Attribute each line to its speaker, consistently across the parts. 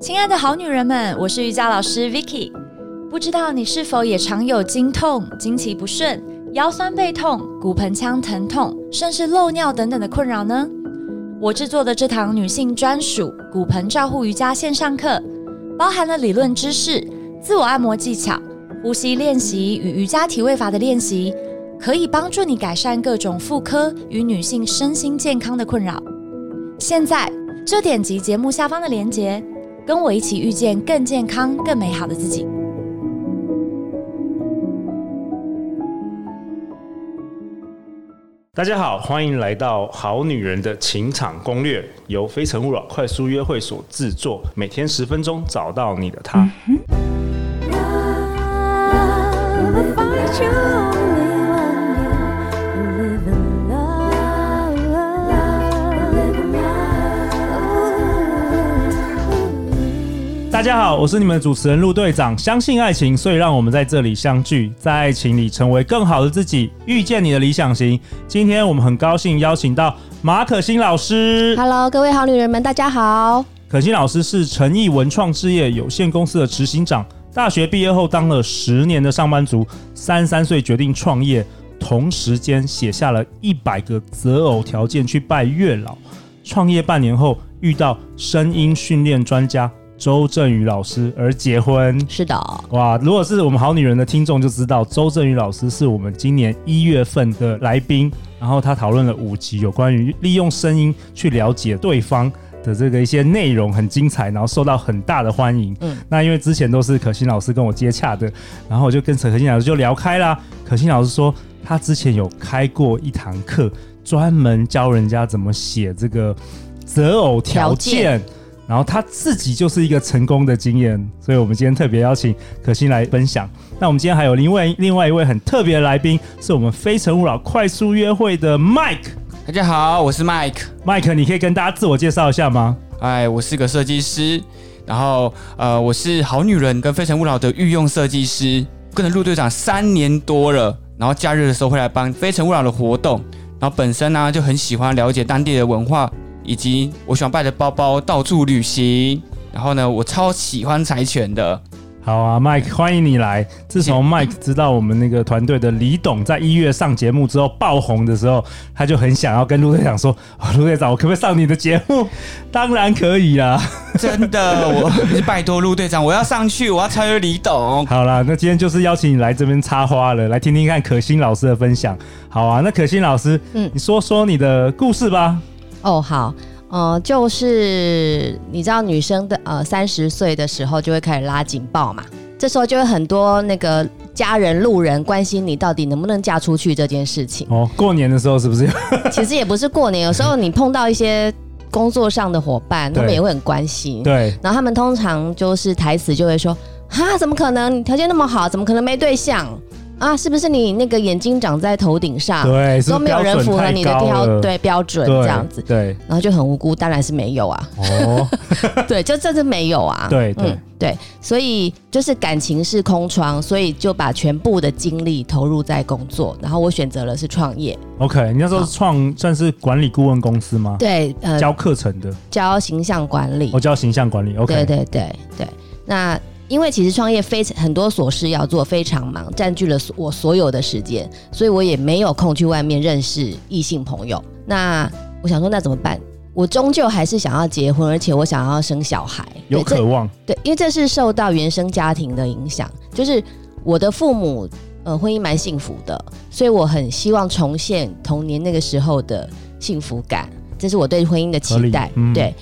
Speaker 1: 亲爱的好女人们，我是瑜伽老师 Vicky。不知道你是否也常有经痛、经期不顺、腰酸背痛、骨盆腔疼痛，甚至漏尿等等的困扰呢？我制作的这堂女性专属骨盆照护瑜伽线上课，包含了理论知识、自我按摩技巧、呼吸练习与瑜伽体位法的练习，可以帮助你改善各种妇科与女性身心健康的困扰。现在就点击节目下方的链接，跟我一起遇见更健康、更美好的自己。
Speaker 2: 大家好，欢迎来到《好女人的情场攻略》，由非诚勿扰快速约会所制作，每天十分钟，找到你的他。
Speaker 3: Love, find you only one you live in love, live in love.
Speaker 2: 大家好，我是你们的主持人陆队长。相信爱情，所以让我们在这里相聚，在爱情里成为更好的自己，遇见你的理想型。今天我们很高兴邀请到马可欣老师。
Speaker 4: Hello，各位好女人们，大家好。
Speaker 2: 可欣老师是诚毅文创置业有限公司的执行长。大学毕业后当了十年的上班族，三十三岁决定创业，同时间写下了一百个择偶条件去拜月老。创业半年后遇到声音训练专家周振宇老师而结婚。
Speaker 4: 是的，
Speaker 2: 哇！如果是我们好女人的听众就知道，周振宇老师是我们今年一月份的来宾，然后他讨论了五集有关于利用声音去了解对方的这个一些内容，很精彩，然后受到很大的欢迎。嗯
Speaker 4: 嗯，
Speaker 2: 那因为之前都是可心老师跟我接洽的，然后我就跟陈可心老师就聊开啦。可心老师说，他之前有开过一堂课，专门教人家怎么写这个择偶条
Speaker 4: 条
Speaker 2: 件。然后他自己就是一个成功的经验，所以我们今天特别邀请可心来分享。那我们今天还有另外另外一位很特别的来宾，是我们《非诚勿扰》快速约会的 Mike。
Speaker 5: 大家好，我是 Mike，
Speaker 2: Mike，你可以跟大家自我介绍一下吗？
Speaker 5: 哎，我是个设计师，然后呃，我是好女人跟非诚勿扰的御用设计师，跟着陆队长三年多了，然后假日的时候会来帮非诚勿扰的活动，然后本身呢、就很喜欢了解当地的文化，以及我喜欢带着包包到处旅行，然后呢，我超喜欢柴犬的，
Speaker 2: 好啊，Mike，欢迎你来。自从 Mike 知道我们那个团队的李董在一月上节目之后爆红的时候，他就很想要跟陆队长说：“ 哦陆、队长，我可不可以上你的节目？” 当然可以啦。
Speaker 5: 真的，我拜托陆队长，我要上去，我要超越李董，
Speaker 2: 好啦，那今天就是邀请你来这边插花了，来听听看可心老师的分享。好啊，那可心老师，
Speaker 4: 嗯
Speaker 2: 你说说你的故事吧。
Speaker 4: 哦，好，呃，就是你知道女生的呃三十岁的时候就会开始拉警报嘛，这时候就会很多那个家人、路人关心你到底能不能嫁出去这件 事情。
Speaker 2: 哦，过年的时候是不是？
Speaker 4: 其实也不是过年，有时候你碰到一些工作上的伙伴，他们
Speaker 2: 对
Speaker 4: 也会很关心。
Speaker 2: 对，
Speaker 4: 然后他们通常就是台词就会说：“哈，怎么可能？你条件那么好，怎么可能没对象啊？是不是你那个眼睛长在头顶上？
Speaker 2: 对，啊是
Speaker 4: 啊都
Speaker 2: 不是
Speaker 4: 没有
Speaker 2: 标
Speaker 4: 人
Speaker 2: 准
Speaker 4: 符合
Speaker 2: 太
Speaker 4: 你的
Speaker 2: 高
Speaker 4: 标
Speaker 2: 了
Speaker 4: 对标准
Speaker 2: 对
Speaker 4: 这样子，
Speaker 2: 对，
Speaker 4: 然后就很无辜，当然是没有 啊，
Speaker 2: 哦，
Speaker 4: 对，就这是没有啊，
Speaker 2: 对对
Speaker 4: 对，所以就是感情是空窗，所以就把全部的精力投入在工作，然后我选择了是创业，
Speaker 2: OK，你那时候创算是管理顾问公司吗？
Speaker 4: 对，呃，
Speaker 2: 教课程的，
Speaker 4: 教形象管理
Speaker 2: 我、，教形象管理。OK，
Speaker 4: 对对对对，那。因为其实创业非常很多琐事要做，非常忙，占据了所我所有的时间，所以我也没有空去外面认识异性朋友。那我想说，那怎么办？我终究还是想要结婚，而且我想要生小孩。
Speaker 2: 有
Speaker 4: 对这
Speaker 2: 渴望，
Speaker 4: 对，因为这是受到原生家庭的影响，就是我的父母呃婚姻蛮幸福的，所以我很希望重现童年那个时候的幸福感，这是我对婚姻的
Speaker 2: 合
Speaker 4: 期
Speaker 2: 理
Speaker 4: 待。
Speaker 2: 嗯
Speaker 4: 对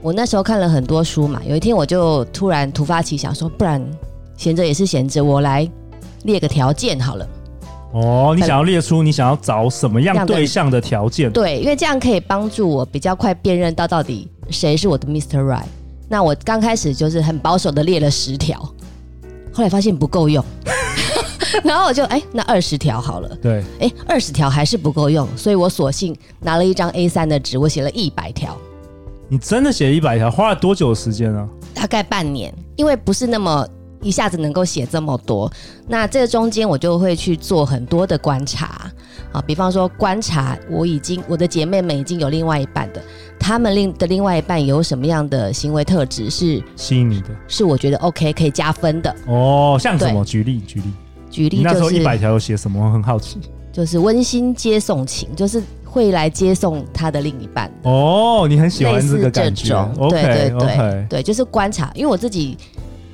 Speaker 4: 我那时候看了很多书嘛，有一天我就突然突发奇想说，不然闲着也是闲着，我来列个条件好了。
Speaker 2: 哦，你
Speaker 4: 本
Speaker 2: 想要列出你想要找什么样
Speaker 4: 样的
Speaker 2: 对象的条件？
Speaker 4: 对，因为这样可以帮助我比较快辨认到到底谁是我的 Mr. Right。那我刚开始就是很保守的列了十条，后来发现不够用， 然后我就哎，那二十条好了，
Speaker 2: 对，
Speaker 4: 哎，二十条还是不够用，所以我索性拿了一张 A 3的纸，我写了一百条，
Speaker 2: 你真的写一百条，花了多久的时间啊？
Speaker 4: 大概半年，因为不是那么。一下子能够写这么多，那这中间我就会去做很多的观察，啊，比方说观察我已经我的姐妹们已经有另外一半的，她们另的另外一半有什么样的行为特质是
Speaker 2: 吸引你的
Speaker 4: 是我觉得 OK 可以加分的。
Speaker 2: 哦，像什么？举例举例，
Speaker 4: 举
Speaker 2: 你
Speaker 4: 例
Speaker 2: 那时
Speaker 4: 就
Speaker 2: 候一百
Speaker 4: 是
Speaker 2: 条有写什么？我很好奇。
Speaker 4: 就是温馨接送情，就是会来接送她的另一半。
Speaker 2: 哦，你很喜欢这个感
Speaker 4: 类似
Speaker 2: 觉
Speaker 4: 这种。
Speaker 2: OK
Speaker 4: 对对对
Speaker 2: OK，
Speaker 4: 对，就是观察，因为我自己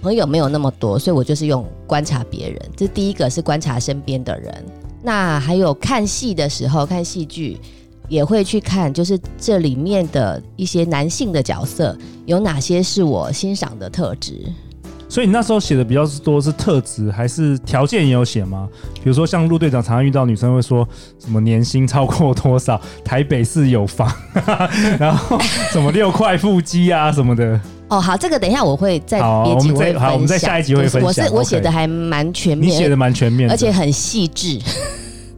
Speaker 4: 朋友没有那么多，所以我就是用观察别人。这第一个是观察身边的人，那还有看戏的时候看戏剧。也会去看，就是这里面的一些男性的角色有哪些是我欣赏的特质。
Speaker 2: 所以你那时候写的比较多是特质，还是条件也有写吗？比如说像陆队长常常遇到女生会说什么年薪超过多少，台北市有房， 然后什么六块腹肌啊什么的。
Speaker 4: 哦，好，这个等一下我会在
Speaker 2: 好
Speaker 4: 别集
Speaker 2: 我们再
Speaker 4: 会
Speaker 2: 好我们在
Speaker 4: 分享
Speaker 2: 下一集会
Speaker 4: 就是
Speaker 2: 分
Speaker 4: 我
Speaker 2: 享
Speaker 4: 是我
Speaker 2: OK
Speaker 4: 写的还蛮全
Speaker 2: 你写
Speaker 4: 面，
Speaker 2: 的蛮全面的，
Speaker 4: 而且很细致。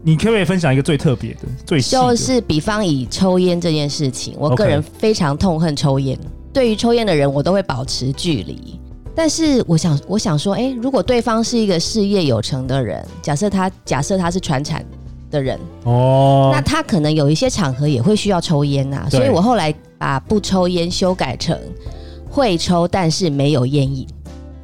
Speaker 2: 你可不可以分享一个最特别的、最细的？
Speaker 4: 就是比方以抽烟这件事情，我
Speaker 2: OK
Speaker 4: 个人非常痛恨抽烟。对于抽烟的人，我都会保持距离。但是我想，我想说，诶，如果对方是一个事业有成的人，假设他假设他是传产的人，
Speaker 2: 哦
Speaker 4: 那，他可能有一些场合也会需要抽烟呐、
Speaker 2: 对
Speaker 4: 所以我后来把不抽烟修改成会抽，但是没有烟瘾。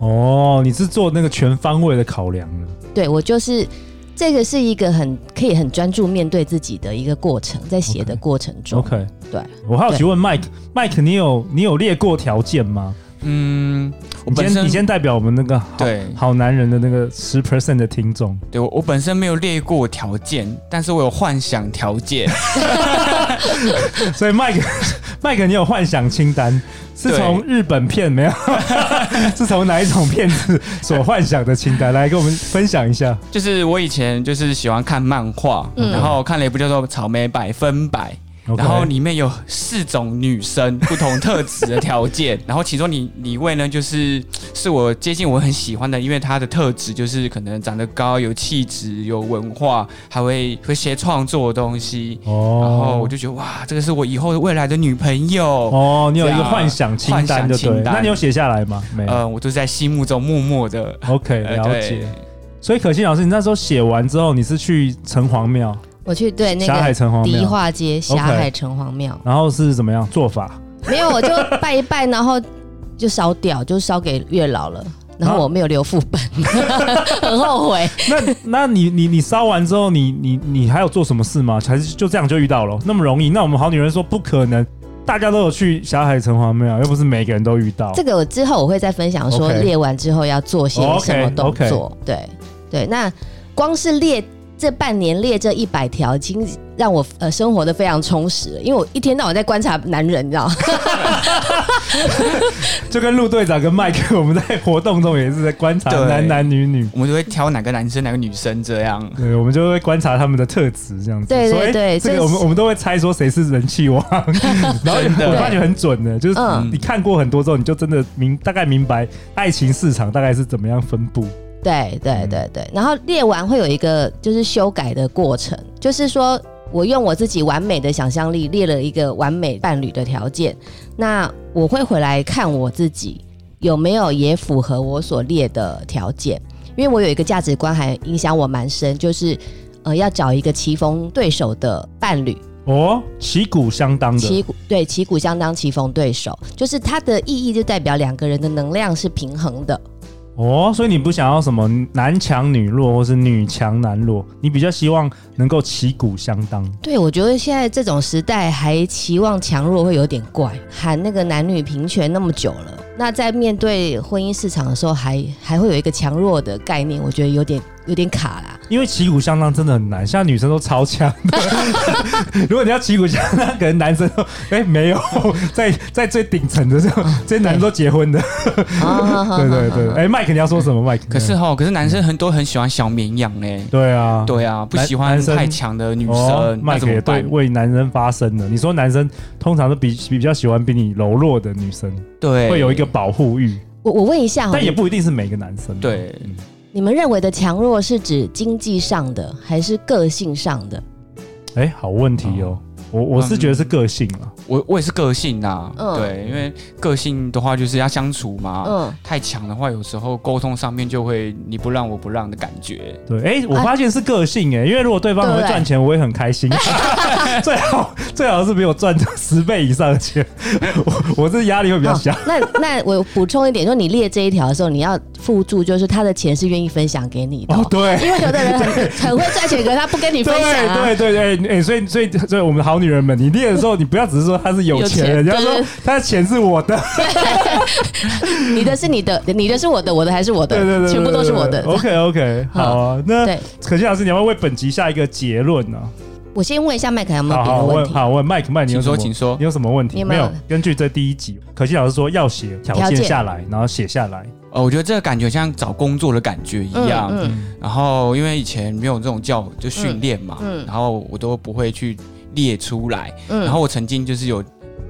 Speaker 2: 哦，你是做那个全方位的考量的。
Speaker 4: 对我就是这个是一个很可以很专注面对自己的一个过程，在写的
Speaker 2: OK
Speaker 4: 过程中
Speaker 2: OK，
Speaker 4: 对
Speaker 2: 我好奇问 Mike，Mike，你有你有列过条件吗？
Speaker 5: 嗯，我
Speaker 2: 你
Speaker 5: 本
Speaker 2: 先
Speaker 5: 身
Speaker 2: 你先代表我们那个好
Speaker 5: 对
Speaker 2: 好男人的那个十 percent 的听 众，
Speaker 5: 对我我本身没有列过条件，但是我有幻想条件。
Speaker 2: 所以 Mike Mike 你有幻想清单，是
Speaker 5: 对
Speaker 2: 从日本片没有？ 是从哪一种片子所幻想的清单？来跟我们分享一下。
Speaker 5: 就是我以前就是喜欢看漫画，
Speaker 4: 嗯
Speaker 5: 然后看了一部叫做《草莓百分百》。然后
Speaker 2: OK
Speaker 5: 里面有四种女生不同特质的条件， 然后其中你你位呢，就是是我接近我很喜欢的，因为她的特质就是可能长得高、有气质、有文化，还会会写创作的东西。
Speaker 2: 哦，
Speaker 5: 然后我就觉得哇，这个是我以后未来的女朋友。
Speaker 2: 哦，你有一
Speaker 5: 这
Speaker 2: 个
Speaker 5: 样
Speaker 2: 幻想清单就
Speaker 5: 幻想
Speaker 2: 对了，
Speaker 5: 清单
Speaker 2: 那你有写下来吗？没有。
Speaker 5: 呃，我都在心目中默默的
Speaker 2: OK，
Speaker 5: 呃
Speaker 2: 了
Speaker 5: 对
Speaker 2: 解。所以可心老师，你那时候写完之后，你是去城隍庙，
Speaker 4: 我去对呃那
Speaker 2: 霞
Speaker 4: 个
Speaker 2: 海城隍
Speaker 4: 迪
Speaker 2: 庙，
Speaker 4: 化街霞
Speaker 2: OK
Speaker 4: 海城隍庙，
Speaker 2: 然后是怎么样做法？
Speaker 4: 没有我就拜一拜，然后就烧掉，就烧给月老了。然后
Speaker 2: 啊
Speaker 4: 我没有留副本，很后悔。
Speaker 2: 那那你你你烧完之后，你你你还有做什么事吗？还是就这样就遇到了？那么容易？那我们好女人说不可能，大家都有去霞海城隍庙，又不是每个人都遇到。
Speaker 4: 这个我之后我会再分享，说
Speaker 2: OK
Speaker 4: 列完之后要做些什么动作。对对，那光是列这半年列这一百条，已经让我呃生活的非常充实了，因为我一天到晚在观察男人，你知道吗？
Speaker 2: 就跟陆队长跟麦克，我们在活动中也是在观察
Speaker 5: 对
Speaker 2: 男男女女。
Speaker 5: 我们就会挑哪个男生哪个女生这样。
Speaker 2: 对，我们就会观察他们的特质，这样子。
Speaker 4: 对对
Speaker 2: 说诶
Speaker 4: 对
Speaker 2: 这
Speaker 4: 这
Speaker 2: 个我们
Speaker 4: 是
Speaker 2: 我们都会猜说谁是人气王，然后
Speaker 5: 真的
Speaker 2: 我发觉很准的，就是
Speaker 4: 嗯
Speaker 2: 你看过很多之后，你就真的明大概明白爱情市场大概是怎么样分布。
Speaker 4: 对对
Speaker 2: 嗯
Speaker 4: 对对，然后列完会有一个就是修改的过程，就是说我用我自己完美的想象力列了一个完美伴侣的条件，那我会回来看我自己有没有也符合我所列的条件，因为我有一个价值观还影响我蛮深，就是呃要找一个棋逢对手的伴侣，
Speaker 2: 哦，旗鼓相当的。
Speaker 4: 旗鼓对旗鼓相当，棋逢对手，就是它的意义就代表两个人的能量是平衡的。
Speaker 2: 哦，所以你不想要什么男强女弱，或是女强男弱，你比较希望能够旗鼓相当。
Speaker 4: 对，我觉得现在这种时代还期望强弱会有点怪，喊那个男女平权那么久了，那在面对婚姻市场的时候还，还会有一个强弱的概念，我觉得有点有点卡啦。
Speaker 2: 因为旗鼓相当真的很难，现在女生都超强的。 如果你要旗鼓相当，可能男生都哎、没有，在在最顶层的时候，这些男生都结婚的。
Speaker 4: 嗯
Speaker 2: 对对对，哎、麦克你要说什么？麦克？
Speaker 5: 嗯可是哈，可是男生很多很喜欢小绵羊呢、
Speaker 2: 对啊，
Speaker 5: 对啊，不
Speaker 2: 男
Speaker 5: 喜欢
Speaker 2: 男生
Speaker 5: 太强的女
Speaker 2: 哦
Speaker 5: 生，那
Speaker 2: 麦克
Speaker 5: 怎么
Speaker 2: 也对
Speaker 5: 办？
Speaker 2: 为男人发声的。你说男生通常都比比较喜欢比你柔弱的女生，
Speaker 5: 对，
Speaker 2: 会有一个保护欲，
Speaker 4: 我我问一下哦，
Speaker 2: 但也不一定是每个男生。
Speaker 5: 对
Speaker 2: 嗯，
Speaker 4: 你们认为的强弱是指经济上的，还是个性上的？
Speaker 5: 嗯
Speaker 2: 哎、好问题哦。我我是觉得是个性啊，
Speaker 5: 我我也是个性呐、
Speaker 4: 嗯
Speaker 5: 对，因为个性的话就是要相处
Speaker 2: 啊
Speaker 5: 嘛，
Speaker 4: 嗯，
Speaker 5: 太强的话有时候沟通上面就会你不让我不让的感觉，
Speaker 2: 对，哎、我发现是个性哎、因为如果对方能
Speaker 4: 啊对
Speaker 2: 赚钱，我也很开 心。最好最好是比我赚十倍以上的钱， 我我这压力会比较
Speaker 4: 好
Speaker 2: 小。
Speaker 4: 啊那那我补充一点，说你列这一条的时候，你要附注，就是他的钱是愿意分享给你的哦、
Speaker 2: 哦，对，
Speaker 4: 因为有的 人很很会赚钱，可是他不跟你分享啊。
Speaker 2: 对对对，哎、哎、所以所以所以我们的好女人们，你练的时候，你不要只是说她是有钱人，
Speaker 4: 有钱
Speaker 2: 你要
Speaker 4: 对
Speaker 2: 说她的钱是我的，
Speaker 4: 你的是你的，你的是我的，我的还是我的，
Speaker 2: 对对对，
Speaker 4: 全部都是我的。
Speaker 2: OK OK，好啊，那
Speaker 4: 对，
Speaker 2: 可心老师，你要不要为本集下一个结论呢、
Speaker 4: 我先问一下麦凯有没
Speaker 2: 好
Speaker 4: 有别的
Speaker 2: 好
Speaker 4: 问
Speaker 2: 问，
Speaker 4: 题？
Speaker 2: 好问麦克麦，你有
Speaker 5: 请
Speaker 2: 什么
Speaker 5: 说，请说
Speaker 2: 你。有什么问题？
Speaker 4: 你有没
Speaker 2: 没
Speaker 4: 有
Speaker 2: 有，根据这第一集，可心老师说要写条
Speaker 4: 条
Speaker 2: 件
Speaker 4: 件
Speaker 2: 下来，然后写下来。
Speaker 5: 呃，我觉得这个感觉像找工作的感觉一样。
Speaker 4: 嗯
Speaker 5: 然后因为以前没有这种教就训练嘛，
Speaker 4: 嗯嗯
Speaker 5: 然后我都不会去列出来。
Speaker 4: 嗯
Speaker 5: 然后我曾经就是有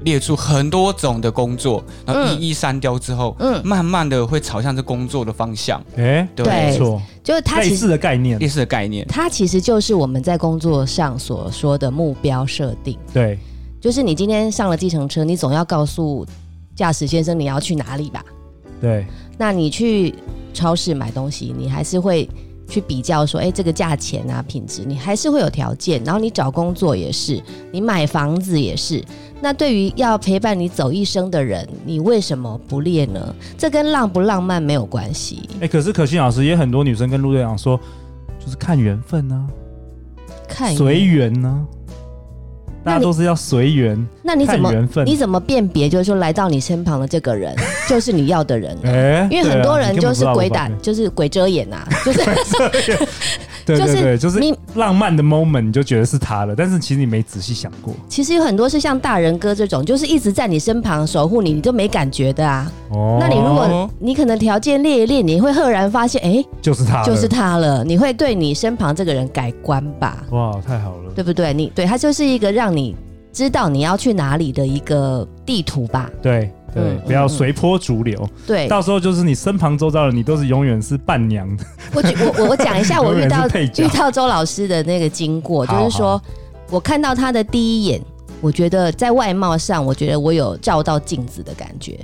Speaker 5: 列出很多种的工作，然后
Speaker 4: 嗯
Speaker 5: 一一删掉之后，
Speaker 4: 嗯，
Speaker 5: 慢慢的会朝向这工作的方向，
Speaker 2: 哎、
Speaker 5: 对不
Speaker 4: 对
Speaker 2: 没错，
Speaker 4: 就是他
Speaker 2: 类
Speaker 4: 其实
Speaker 2: 似的概念，
Speaker 5: 类似的概念。
Speaker 4: 他其实就是我们在工作上所说的目标设定，
Speaker 2: 对，
Speaker 4: 就是你今天上了计程车，你总要告诉驾驶先生你要去哪里吧？
Speaker 2: 对，
Speaker 4: 那你去超市买东西，你还是会去比较说，哎，这个价钱啊，品质，你还是会有条件。然后你找工作也是，你买房子也是。那对于要陪伴你走一生的人，你为什么不列呢？这跟浪不浪漫没有关系。
Speaker 2: 哎、可是可心老师也很多女生跟陆队长说，就是看缘分啊呢、
Speaker 4: 看，
Speaker 2: 随缘呢，大
Speaker 4: 那
Speaker 2: 家
Speaker 4: 你
Speaker 2: 都是要随缘，
Speaker 4: 那你
Speaker 2: 看
Speaker 4: 怎么
Speaker 2: 缘分。
Speaker 4: 你怎么辨别？就是说，来到你身旁的这 个人，就是你要的人。
Speaker 2: 哎
Speaker 4: 因为很多人就是鬼打，
Speaker 2: 胆，
Speaker 4: 就是鬼遮眼呐、啊，就是
Speaker 2: 对对对，就是
Speaker 4: 你
Speaker 2: 浪漫的 moment 你就觉得是他了，但是其实你没仔细想过
Speaker 4: 其实有很多是像大人哥这种，就是一直在你身旁守护你，你都没感觉的啊。
Speaker 2: 哦。
Speaker 4: 那你如
Speaker 5: 哦
Speaker 4: 果你可能条件列一列，你会赫然发现，哎、
Speaker 2: 就是他了，
Speaker 4: 就是他了，你会对你身旁这个人改观吧，
Speaker 2: 哇，太好了，
Speaker 4: 对不对？你对他就是一个让你知道你要去哪里的一个地图吧，
Speaker 2: 对对
Speaker 4: 嗯，
Speaker 2: 不要随波逐流，
Speaker 4: 对。
Speaker 2: 到时候就是你身旁周遭的你都是永远是伴娘的，
Speaker 4: 我举我我我讲一下我 遇
Speaker 2: 永
Speaker 4: 到
Speaker 2: 远是配角
Speaker 4: 遇到周老师的那个经过，就
Speaker 2: 好
Speaker 4: 是说我看到他的第一眼，我觉得在外貌上，我觉得我有照到镜子的感觉，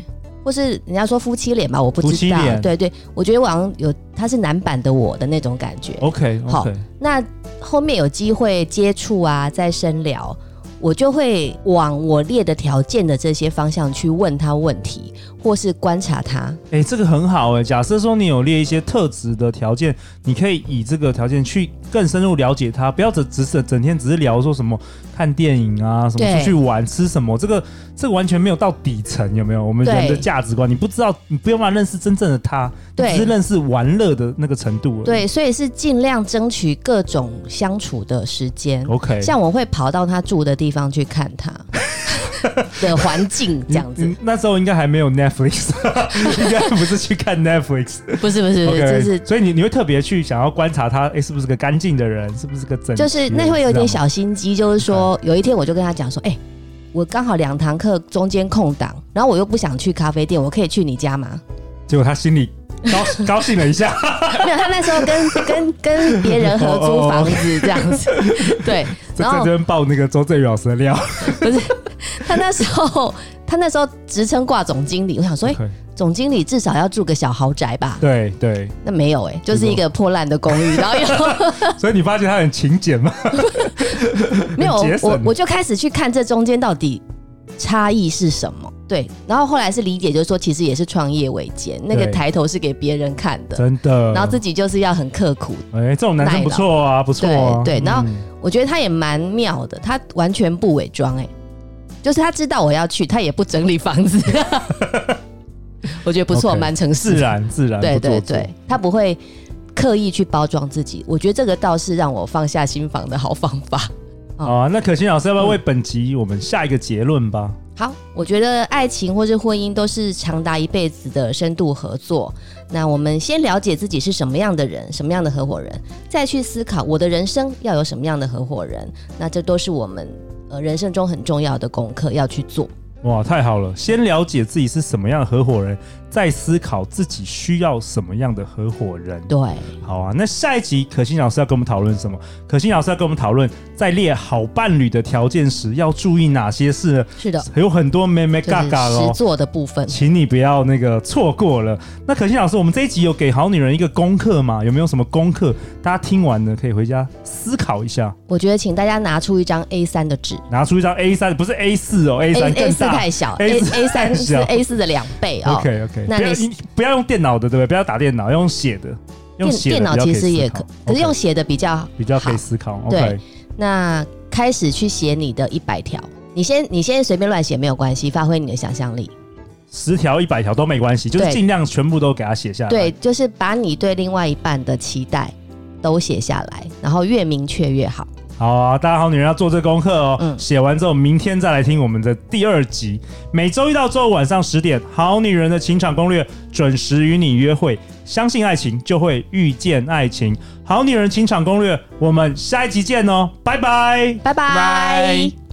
Speaker 4: 或是人家说夫妻脸吧，我不
Speaker 2: 夫
Speaker 4: 知
Speaker 2: 妻
Speaker 4: 道
Speaker 2: 脸，
Speaker 4: 对对，我觉得我好像有他是男版的我的那种感觉。
Speaker 2: OK
Speaker 4: 好
Speaker 2: OK，
Speaker 4: 那后面有机会接触啊，再深聊，我就会往我列的条件的这些方向去问他问题，或是观察他。
Speaker 2: 哎，这个很好哎。假设说你有列一些特质的条件，你可以以这个条件去更深入了解他，不要只只是整天只是聊说什么看电影啊，什么
Speaker 4: 对
Speaker 2: 出去玩吃什么，这个这个完全没有到底层，有没有？我们人的
Speaker 4: 对
Speaker 2: 价值观，你不知道，你不用办法认识真正的他，你
Speaker 4: 对
Speaker 2: 只是认识玩乐的那个程度而已。
Speaker 4: 对，所以是尽量争取各种相处的时间。
Speaker 2: ，OK。
Speaker 4: 像我会跑到他住的地方去看 他的环境，这样子
Speaker 2: 嗯，那时候应该还没有 Netflix，应 该不是去看 Netflix。
Speaker 4: 不是不是，不是
Speaker 2: 嗯 OK，嗯
Speaker 4: 这是
Speaker 2: 所以你你会特别去想要观察他，哎、是不是个干净的人，是不是个整洁
Speaker 4: 就
Speaker 2: 的，
Speaker 4: 是那会有点
Speaker 2: 知道吗。
Speaker 4: 小心机，就是说
Speaker 2: 嗯
Speaker 4: 有一天我就跟他讲说，哎、我刚好两堂课中间空档，然后我又不想去咖啡店，我可以去你家吗？
Speaker 2: 结果他心里 高高兴了一下，
Speaker 4: 没有，他那时候 跟跟跟别人合租房子这样子， 对，
Speaker 2: 在哦 在
Speaker 4: 然
Speaker 2: 这
Speaker 4: 后
Speaker 2: 边爆那个周正宇老师的料。
Speaker 4: 他那时候他那时候职称挂总经理，我想说，哎、
Speaker 2: OK，
Speaker 4: 总经理至少要住个小豪宅吧？
Speaker 2: 对对，
Speaker 4: 那没有哎、就是一个破烂的公寓，然后又。
Speaker 2: 所以你发现他很勤俭 吗？
Speaker 4: 没有
Speaker 2: 节，省
Speaker 4: 我我就开始去看这中间到底差异是什么。对，然后后来是理解，就是说其实也是创业维艰，那个
Speaker 2: 对
Speaker 4: 抬头是给别人看的，
Speaker 2: 真的。
Speaker 4: 然后自己就是要很刻苦。
Speaker 2: 哎、这种男生不错啊，不错、啊。
Speaker 4: 对对然后
Speaker 2: 嗯
Speaker 4: 我觉得他也蛮妙的，他完全不伪装、哎，就是他知道我要去，他也不整理房子， 我觉得不错，
Speaker 2: OK，
Speaker 4: 蛮诚实
Speaker 2: 自
Speaker 4: 的。
Speaker 2: 然自然，
Speaker 4: 对
Speaker 2: 不做
Speaker 4: 对
Speaker 2: 作
Speaker 4: 对，他不会刻意去包装自己，我觉得这个倒是让我放下心房的好方法。
Speaker 2: 好啊，那可心老师要不要为本集我们下一个结论吧？
Speaker 4: 好，我觉得爱情或是婚姻都是长达一辈子的深度合作。那我们先了解自己是什么样的人，什么样的合伙人，再去思考我的人生要有什么样的合伙人。那这都是我们呃人生中很重要的功课要去做。
Speaker 2: 哇，太好了！先了解自己是什么样的合伙人，再思考自己需要什么样的合伙人。
Speaker 4: 对，
Speaker 2: 好啊，那下一集可心老师要跟我们讨论什么？可心老师要跟我们讨论，在列好伴侣的条件时要注意哪些事呢？
Speaker 4: 是的，
Speaker 2: 有很多妹妹
Speaker 4: 这
Speaker 2: 嘎
Speaker 4: 是
Speaker 2: 嘎哦
Speaker 4: 实，做的部分。
Speaker 2: 请你不要那个错过了。那可心老师，我们这一集有给好女人一个功课吗？有没有什么功课？大家听完呢，可以回家思考一下，
Speaker 4: 我觉得请大家拿出一张 A 三的纸
Speaker 2: 拿出一张 A 三，不是 A 四哦，A
Speaker 4: ，A
Speaker 2: 三
Speaker 4: A
Speaker 2: 更
Speaker 4: 四
Speaker 2: 大
Speaker 4: 太。小
Speaker 2: A
Speaker 4: ，A
Speaker 2: 4
Speaker 4: A 三是
Speaker 2: 小
Speaker 4: A 四的两倍哦。
Speaker 2: OK OK，
Speaker 4: 那
Speaker 2: 不要
Speaker 4: 你
Speaker 2: 你不要用电脑的，对不对？不要打电脑，要用写的。用
Speaker 4: 电
Speaker 2: 写的
Speaker 4: 电脑
Speaker 2: 比较
Speaker 4: 其
Speaker 2: 以
Speaker 4: 实也
Speaker 2: 思考
Speaker 4: 可，可是
Speaker 2: OK
Speaker 4: 用写的比较
Speaker 2: 比较可以
Speaker 4: 好
Speaker 2: 思考。
Speaker 4: 对
Speaker 2: OK，
Speaker 4: 那开始去写你的一百条，你先你先随便乱写没有关系，发挥你的想象力。
Speaker 2: 十条、一百条都没关系，就是
Speaker 4: 对
Speaker 2: 尽量全部都给它写下来。
Speaker 4: 对，，就是把你对另外一半的期待都写下来，然后越明确越好。
Speaker 2: 好啊，大家好，女人要做这功课哦。
Speaker 4: 嗯
Speaker 2: 写完之后，明天再来听我们的第二集。每周一到周五晚上十点，《好女人的情场攻略》准时与你约会。相信爱情，就会遇见爱情。《好女人情场攻略》，我们下一集见哦，拜拜。
Speaker 4: 拜拜。
Speaker 5: 拜拜